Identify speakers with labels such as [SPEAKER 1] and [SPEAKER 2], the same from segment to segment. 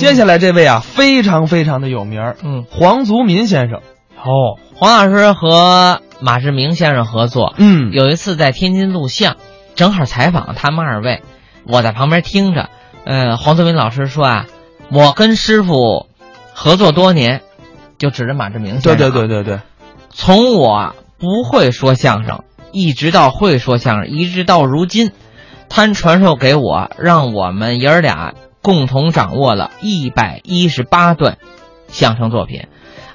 [SPEAKER 1] 接下来这位啊，非常非常的有名儿，
[SPEAKER 2] 嗯，
[SPEAKER 1] 黄族民先生。
[SPEAKER 2] 哦，黄老师和马志明先生合作，
[SPEAKER 1] 嗯
[SPEAKER 2] 有一次在天津录像，正好采访他们二位，我在旁边听着。呃，黄泽民老师说啊，我跟师傅合作多年，就指着马志明
[SPEAKER 1] 对
[SPEAKER 2] 先生、啊
[SPEAKER 1] 对对，对对，
[SPEAKER 2] 从我不会说相声，一直到会说相声，一直到如今，他传授给我，让我们爷儿俩共同掌握了一百一十八段相声作品。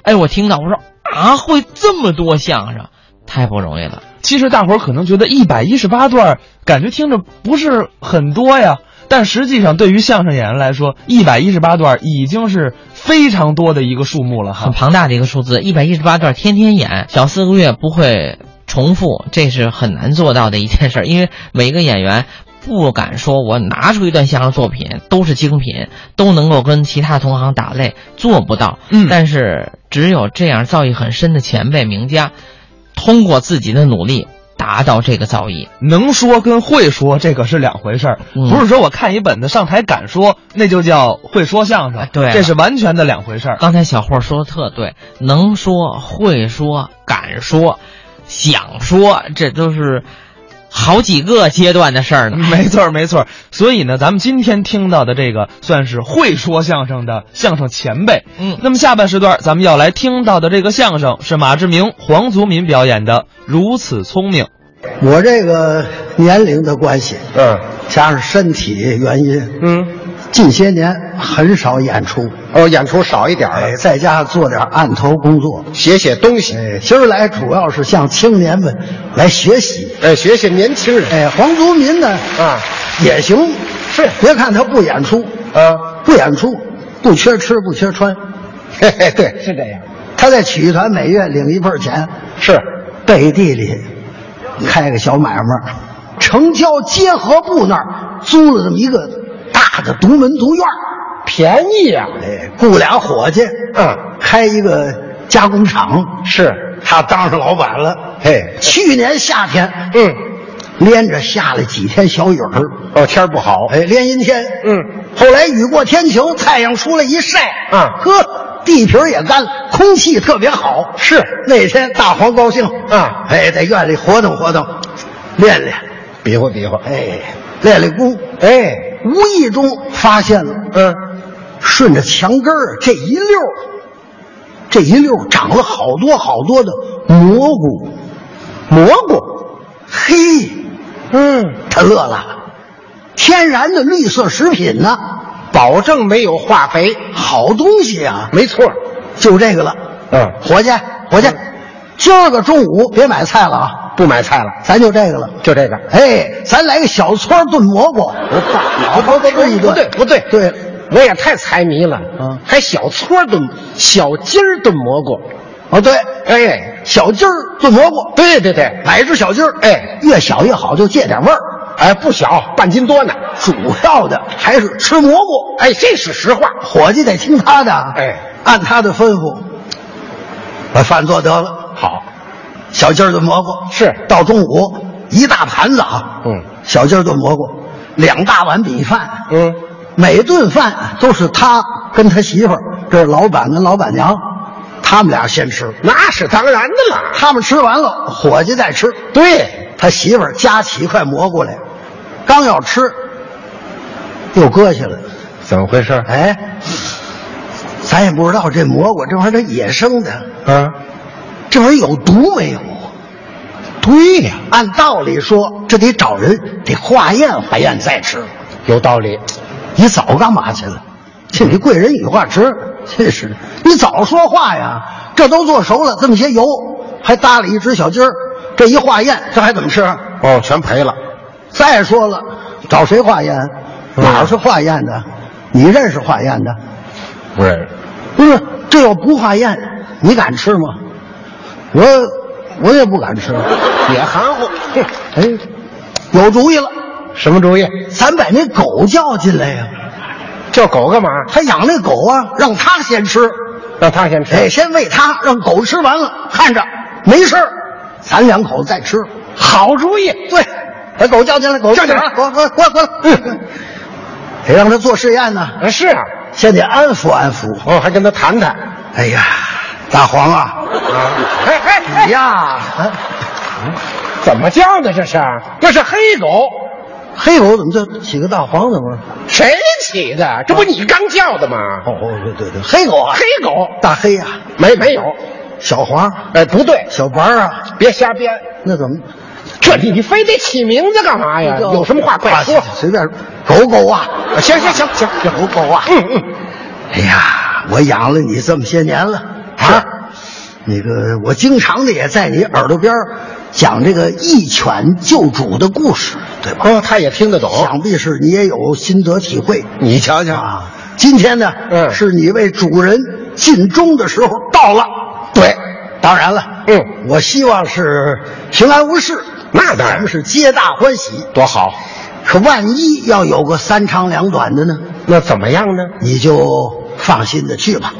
[SPEAKER 2] 哎，我听到我说啊，会这么多相声，太不容易了。
[SPEAKER 1] 其实大伙儿可能觉得一百一十八段儿感觉听着不是很多呀，但实际上对于相声演员来说，一百一十八段儿已经是非常多的一个数目了
[SPEAKER 2] 很
[SPEAKER 1] 哈。
[SPEAKER 2] 庞大的一个数字，一百一十八段，天天演，小四个月不会重复，这是很难做到的一件事儿，因为每个演员。不敢说，我拿出一段相声作品都是精品，都能够跟其他同行打擂，做不到。
[SPEAKER 1] 嗯
[SPEAKER 2] 但是只有这样造诣很深的前辈名家，通过自己的努力达到这个造诣。
[SPEAKER 1] 能说跟会说这个是两回事儿，
[SPEAKER 2] 嗯
[SPEAKER 1] 不是说我看一本子上台敢说，那就叫会说相声
[SPEAKER 2] 啊，对啊
[SPEAKER 1] 这是完全的两回事儿。
[SPEAKER 2] 刚才小霍说的特对，能说、会说、敢说、想说，这都是好几个阶段的事儿呢。
[SPEAKER 1] 没错儿，没错儿。所以呢，咱们今天听到的这个算是会说相声的相声前辈。
[SPEAKER 2] 嗯
[SPEAKER 1] 那么下半时段咱们要来听到的这个相声是马志明、黄族民表演的《如此聪明》。
[SPEAKER 3] 我这个年龄的关系，
[SPEAKER 4] 嗯
[SPEAKER 3] 加上身体原因，
[SPEAKER 4] 嗯，
[SPEAKER 3] 近些年很少演出，
[SPEAKER 4] 哦，演出少一点儿
[SPEAKER 3] 哎，
[SPEAKER 4] 了，
[SPEAKER 3] 在家做点案头工作。
[SPEAKER 4] 写写东西，
[SPEAKER 3] 哎，今儿来主要是向青年们来学习。
[SPEAKER 4] 哎，学学年轻人
[SPEAKER 3] 哎，黄族民呢
[SPEAKER 4] 啊
[SPEAKER 3] 也行，是别看他不演出，
[SPEAKER 4] 啊，
[SPEAKER 3] 不演出，不缺吃不缺穿，
[SPEAKER 4] 嘿嘿， 对，是这样，
[SPEAKER 3] 他在曲艺团每月领一份钱，
[SPEAKER 4] 是
[SPEAKER 3] 背地里开个小买卖，城郊结合部那儿租了这么一个大的独门独院儿
[SPEAKER 4] 便宜呀，
[SPEAKER 3] 哎，雇俩伙计，
[SPEAKER 4] 嗯，
[SPEAKER 3] 开一个加工厂，
[SPEAKER 4] 是，
[SPEAKER 3] 他当上老板了。
[SPEAKER 4] 嘿，
[SPEAKER 3] 去年夏天，
[SPEAKER 4] 嗯，
[SPEAKER 3] 连着下了几天小雨儿，
[SPEAKER 4] 哦，天儿不好，
[SPEAKER 3] 哎，连阴天，
[SPEAKER 4] 嗯，
[SPEAKER 3] 后来雨过天晴，太阳出来一晒，
[SPEAKER 4] 嗯
[SPEAKER 3] 呵，地皮儿也干了，空气特别好。
[SPEAKER 4] 是
[SPEAKER 3] 那天大黄高兴，
[SPEAKER 4] 嗯
[SPEAKER 3] 哎，在院里活动活动，练练，
[SPEAKER 4] 比划比划，
[SPEAKER 3] 哎，练练功，
[SPEAKER 4] 哎，
[SPEAKER 3] 无意中发现了，
[SPEAKER 4] 嗯，
[SPEAKER 3] 顺着墙根儿这一溜儿，这一溜儿长了好多好多的蘑菇，蘑菇，嘿，
[SPEAKER 4] 嗯，
[SPEAKER 3] 他乐了，天然的绿色食品呢、
[SPEAKER 4] 保证没有化肥，
[SPEAKER 3] 好东西啊，
[SPEAKER 4] 没错儿，
[SPEAKER 3] 就这个了。
[SPEAKER 4] 嗯，
[SPEAKER 3] 伙计，伙计，今儿个中午别买菜了啊，
[SPEAKER 4] 不买菜了，
[SPEAKER 3] 咱就这个了。
[SPEAKER 4] 就这个，
[SPEAKER 3] 哎，咱来个小撮炖蘑菇，好好吃一
[SPEAKER 4] 不
[SPEAKER 3] 顿。
[SPEAKER 4] 对不对
[SPEAKER 3] 对，
[SPEAKER 4] 我也太财迷了，
[SPEAKER 3] 嗯
[SPEAKER 4] 还小撮儿炖小鸡儿炖蘑菇，
[SPEAKER 3] 哦对，
[SPEAKER 4] 哎，
[SPEAKER 3] 小鸡儿炖蘑菇，
[SPEAKER 4] 对对对，
[SPEAKER 3] 买一只小鸡儿，
[SPEAKER 4] 哎，
[SPEAKER 3] 越小越好，就借点味儿。
[SPEAKER 4] 哎，不小，半斤多呢，
[SPEAKER 3] 主要的还是吃蘑菇，
[SPEAKER 4] 哎，这是实话，
[SPEAKER 3] 伙计得听他的，
[SPEAKER 4] 哎，
[SPEAKER 3] 按他的吩咐，把饭做得了。
[SPEAKER 4] 好，
[SPEAKER 3] 小鸡儿炖蘑菇
[SPEAKER 4] 是
[SPEAKER 3] 到中午一大盘子啊，
[SPEAKER 4] 嗯，
[SPEAKER 3] 小鸡儿炖蘑菇，两大碗米饭，
[SPEAKER 4] 嗯，
[SPEAKER 3] 每顿饭都是他跟他媳妇儿，这是老板跟老板娘，他们俩先吃，
[SPEAKER 4] 那是当然的啦。
[SPEAKER 3] 他们吃完了，伙计再吃，
[SPEAKER 4] 对，
[SPEAKER 3] 他媳妇儿夹起一块蘑菇来，刚要吃，又搁下了。
[SPEAKER 4] 怎么回事？
[SPEAKER 3] 哎，咱也不知道这蘑菇这玩意儿它野生的，
[SPEAKER 1] 嗯
[SPEAKER 4] 啊，
[SPEAKER 3] 这玩意儿有毒没有？啊
[SPEAKER 4] 对呀、
[SPEAKER 3] 按道理说，这得找人得化验化验再吃。
[SPEAKER 4] 有道理。
[SPEAKER 3] 你早干嘛去了？这你贵人与化池，真是的！你早说话呀！这都做熟了，这么些油，还搭了一只小鸡儿，这一化验，这还怎么吃？
[SPEAKER 4] 哦，全赔了。
[SPEAKER 3] 再说了，找谁化验？
[SPEAKER 4] 嗯
[SPEAKER 3] 哪儿是化验的？你认识化验的？
[SPEAKER 4] 不认识。
[SPEAKER 3] 不是，这要不化验，你敢吃吗？我我也不敢吃。
[SPEAKER 4] 也含糊。哼
[SPEAKER 3] 哎，有主意了，
[SPEAKER 4] 什么主意？
[SPEAKER 3] 咱把那狗叫进来呀、
[SPEAKER 4] 叫狗干嘛？
[SPEAKER 3] 他养那狗啊，让它先吃，
[SPEAKER 4] 让它先吃。
[SPEAKER 3] 哎，先喂它，让狗吃完了，看着没事儿咱两口子再吃。
[SPEAKER 4] 好主意。
[SPEAKER 3] 对，把狗叫进来，狗啊
[SPEAKER 4] 叫进来
[SPEAKER 3] 过过过过来，嗯，得让它做试验呢、
[SPEAKER 4] 啊，是啊，
[SPEAKER 3] 先得安抚安抚。
[SPEAKER 4] 哦，还跟他谈谈
[SPEAKER 3] 哎呀，大黄啊，
[SPEAKER 4] 啊！嘿嘿
[SPEAKER 3] 你
[SPEAKER 4] 嘿，
[SPEAKER 3] 呀，
[SPEAKER 4] 怎么叫的这是？啊这是黑狗，
[SPEAKER 3] 黑狗怎么就起个大黄？怎么？
[SPEAKER 4] 谁起的？这不你刚叫的吗？
[SPEAKER 3] 哦哦，对对对，黑狗啊，
[SPEAKER 4] 黑狗
[SPEAKER 3] 大黑呀、
[SPEAKER 4] 没没有？
[SPEAKER 3] 小黄、
[SPEAKER 4] 哎，不对，
[SPEAKER 3] 小白啊，
[SPEAKER 4] 别瞎编，
[SPEAKER 3] 那怎么？
[SPEAKER 4] 这你你非得起名字干嘛哎呀？有什么话快
[SPEAKER 3] 啊
[SPEAKER 4] 说。
[SPEAKER 3] 行随便。狗狗啊，
[SPEAKER 4] 行行行行行
[SPEAKER 3] 狗狗啊，
[SPEAKER 4] 嗯嗯，
[SPEAKER 3] 哎呀，我养了你这么些年了啊，那个我经常的也在你耳朵边儿讲这个一犬救主的故事，对吧？
[SPEAKER 4] 哦，他也听得懂。
[SPEAKER 3] 想必是你也有心得体会。
[SPEAKER 4] 你瞧瞧
[SPEAKER 3] 啊，今天呢，
[SPEAKER 4] 嗯
[SPEAKER 3] 是你为主人尽忠的时候到了。
[SPEAKER 4] 对，
[SPEAKER 3] 当然了，
[SPEAKER 4] 嗯，
[SPEAKER 3] 我希望是平安无事，
[SPEAKER 4] 那当然
[SPEAKER 3] 咱们是皆大欢喜。
[SPEAKER 4] 多好。
[SPEAKER 3] 可万一要有个三长两短的呢，
[SPEAKER 4] 那怎么样呢？
[SPEAKER 3] 你就放心的去吧。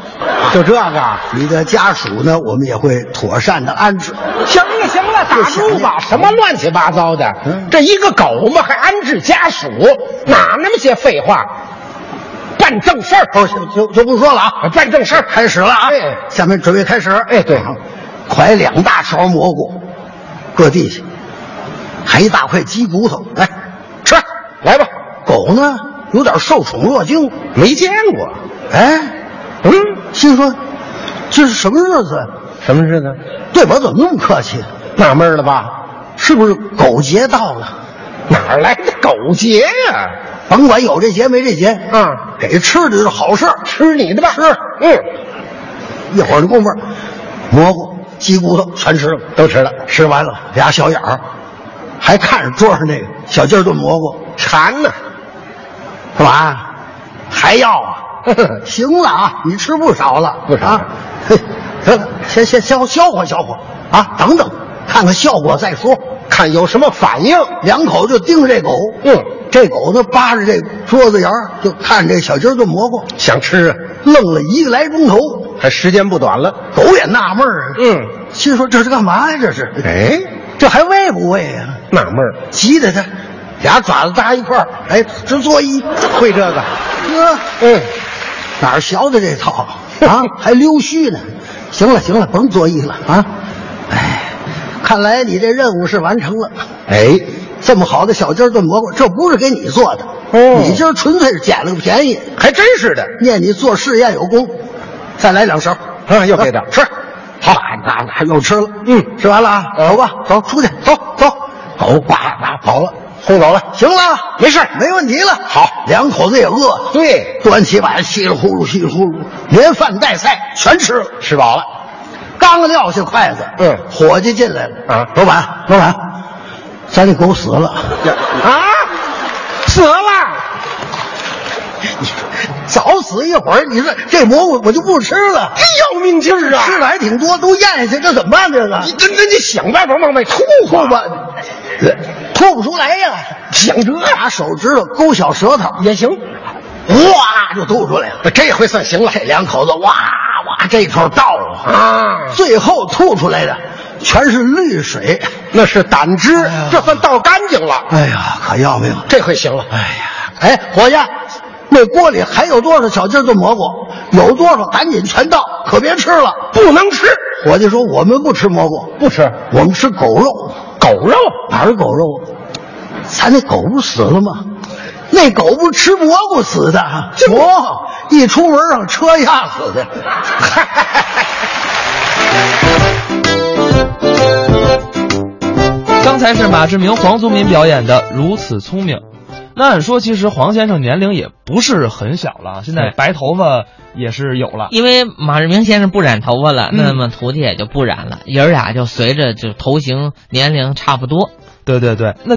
[SPEAKER 4] 就这个。
[SPEAKER 3] 你的家属呢，我们也会妥善的安置。
[SPEAKER 4] 行了行了，打住吧！什么乱七八糟的？
[SPEAKER 3] 嗯
[SPEAKER 4] 这一个狗嘛，还安置家属，哪那么些废话？办正事儿，
[SPEAKER 3] 哦，就就就不说了啊，
[SPEAKER 4] 办正事儿，
[SPEAKER 3] 开始了啊！
[SPEAKER 4] 哎
[SPEAKER 3] 下面准备开始。
[SPEAKER 4] 哎对
[SPEAKER 3] 蒯两大勺蘑菇，搁地下，还一大块鸡骨头，来吃。
[SPEAKER 4] 来吧，
[SPEAKER 3] 狗呢，有点受宠若惊，
[SPEAKER 4] 没见过。
[SPEAKER 3] 哎，
[SPEAKER 4] 嗯，
[SPEAKER 3] 心说这是什么日子？啊
[SPEAKER 4] 什么日子？
[SPEAKER 3] 对我怎么那么客气？
[SPEAKER 4] 纳闷了吧？
[SPEAKER 3] 是不是狗节到了？
[SPEAKER 4] 哪儿来的狗节呀、
[SPEAKER 3] 甭管有这节没这节，
[SPEAKER 4] 嗯，
[SPEAKER 3] 给吃的是好事儿。
[SPEAKER 4] 吃你的吧。吃，嗯，
[SPEAKER 3] 一会儿的功夫，蘑菇、鸡骨头全吃了，
[SPEAKER 4] 都吃了，
[SPEAKER 3] 吃完了俩小眼儿，还看着桌上那个小鸡儿炖蘑菇，
[SPEAKER 4] 馋呢。
[SPEAKER 3] 干嘛？还要啊？ 行了啊，你吃不少了，
[SPEAKER 4] 不少
[SPEAKER 3] 啊。嘿，得了，先先消消化消化啊，等等，看看效果再说。
[SPEAKER 4] 看有什么反应？
[SPEAKER 3] 两口就盯着这狗，
[SPEAKER 4] 嗯，
[SPEAKER 3] 这狗呢扒着这桌子沿儿就看这小鸡儿炖蘑菇，
[SPEAKER 4] 想吃啊，
[SPEAKER 3] 愣了一个来钟头，
[SPEAKER 4] 还时间不短了。
[SPEAKER 3] 狗也纳闷儿啊，
[SPEAKER 4] 嗯，
[SPEAKER 3] 心说这是干嘛呀？这是，
[SPEAKER 4] 哎，
[SPEAKER 3] 这还喂不喂呀、
[SPEAKER 4] 纳闷儿，
[SPEAKER 3] 急得他俩爪子搭一块儿，哎，直作揖。
[SPEAKER 4] 会这个？
[SPEAKER 3] 呵，
[SPEAKER 4] 嗯，
[SPEAKER 3] 哎哪儿学的这套 啊？还溜须呢？行了行了，甭作揖了啊！哎，看来你这任务是完成了。
[SPEAKER 4] 哎，
[SPEAKER 3] 这么好的小鸡儿炖蘑菇，这不是给你做的，
[SPEAKER 4] 哦
[SPEAKER 3] 你今儿纯粹是捡了个便宜，
[SPEAKER 4] 还真是的。
[SPEAKER 3] 念你做试验有功。再来两勺，
[SPEAKER 4] 啊又给点
[SPEAKER 3] 吃。好，那那又吃了，
[SPEAKER 4] 嗯
[SPEAKER 3] 吃完了啊，
[SPEAKER 4] 嗯
[SPEAKER 3] 走吧，走出去，走走。狗呱呱跑了，
[SPEAKER 4] 轰走了。
[SPEAKER 3] 行了，
[SPEAKER 4] 没事儿
[SPEAKER 3] 没问题了。好，两口子也饿了，
[SPEAKER 4] 对，
[SPEAKER 3] 端起碗稀里呼噜稀里呼噜，连饭带菜全吃了，
[SPEAKER 4] 吃饱了。
[SPEAKER 3] 刚撂下筷子，
[SPEAKER 4] 嗯
[SPEAKER 3] 伙计进来了，
[SPEAKER 4] 啊
[SPEAKER 3] 老板，老板，咱这狗死了，
[SPEAKER 4] 啊，死了！
[SPEAKER 3] 早死一会儿，你说这蘑菇我就不吃了，
[SPEAKER 4] 真要命劲儿啊！
[SPEAKER 3] 吃的还挺多，都咽下去，这怎么办？这个
[SPEAKER 4] 你真真得想办法往外吐啊
[SPEAKER 3] 吐吧
[SPEAKER 4] 吧，，
[SPEAKER 3] 吐不出来呀，
[SPEAKER 4] 想辙呀
[SPEAKER 3] 拿手指头勾小舌头，
[SPEAKER 4] 也行。
[SPEAKER 3] 哇就吐出来了。
[SPEAKER 4] 这回算行了
[SPEAKER 3] 这两口子哇哇这口倒啊，
[SPEAKER 4] 啊！
[SPEAKER 3] 最后吐出来的全是绿水。
[SPEAKER 4] 那是胆汁
[SPEAKER 3] 哎呀，
[SPEAKER 4] 这算倒干净了。
[SPEAKER 3] 哎呀，可要命！
[SPEAKER 4] 这回行了。
[SPEAKER 3] 哎呀，哎，伙计，那锅里还有多少小鸡儿炖蘑菇？有多少赶紧全倒，可别吃了。
[SPEAKER 4] 不能吃，
[SPEAKER 3] 伙计说：“我们不吃蘑菇，
[SPEAKER 4] 不吃
[SPEAKER 3] 我们吃狗肉。
[SPEAKER 4] 狗肉。
[SPEAKER 3] 哪儿有狗肉啊？咱那狗不死了吗？那狗不吃蘑菇死的，哦，一出门让车压死的。
[SPEAKER 1] 刚才是马志明、黄宗民表演的《如此聪明》。那按说，其实黄先生年龄也不是很小了，现在
[SPEAKER 2] 对
[SPEAKER 1] 白头发也是有了。
[SPEAKER 2] 因为马志明先生不染头发了，
[SPEAKER 1] 嗯
[SPEAKER 2] 那么徒弟也就不染了，爷儿俩就随着就头型年龄差不多。
[SPEAKER 1] 对对对，那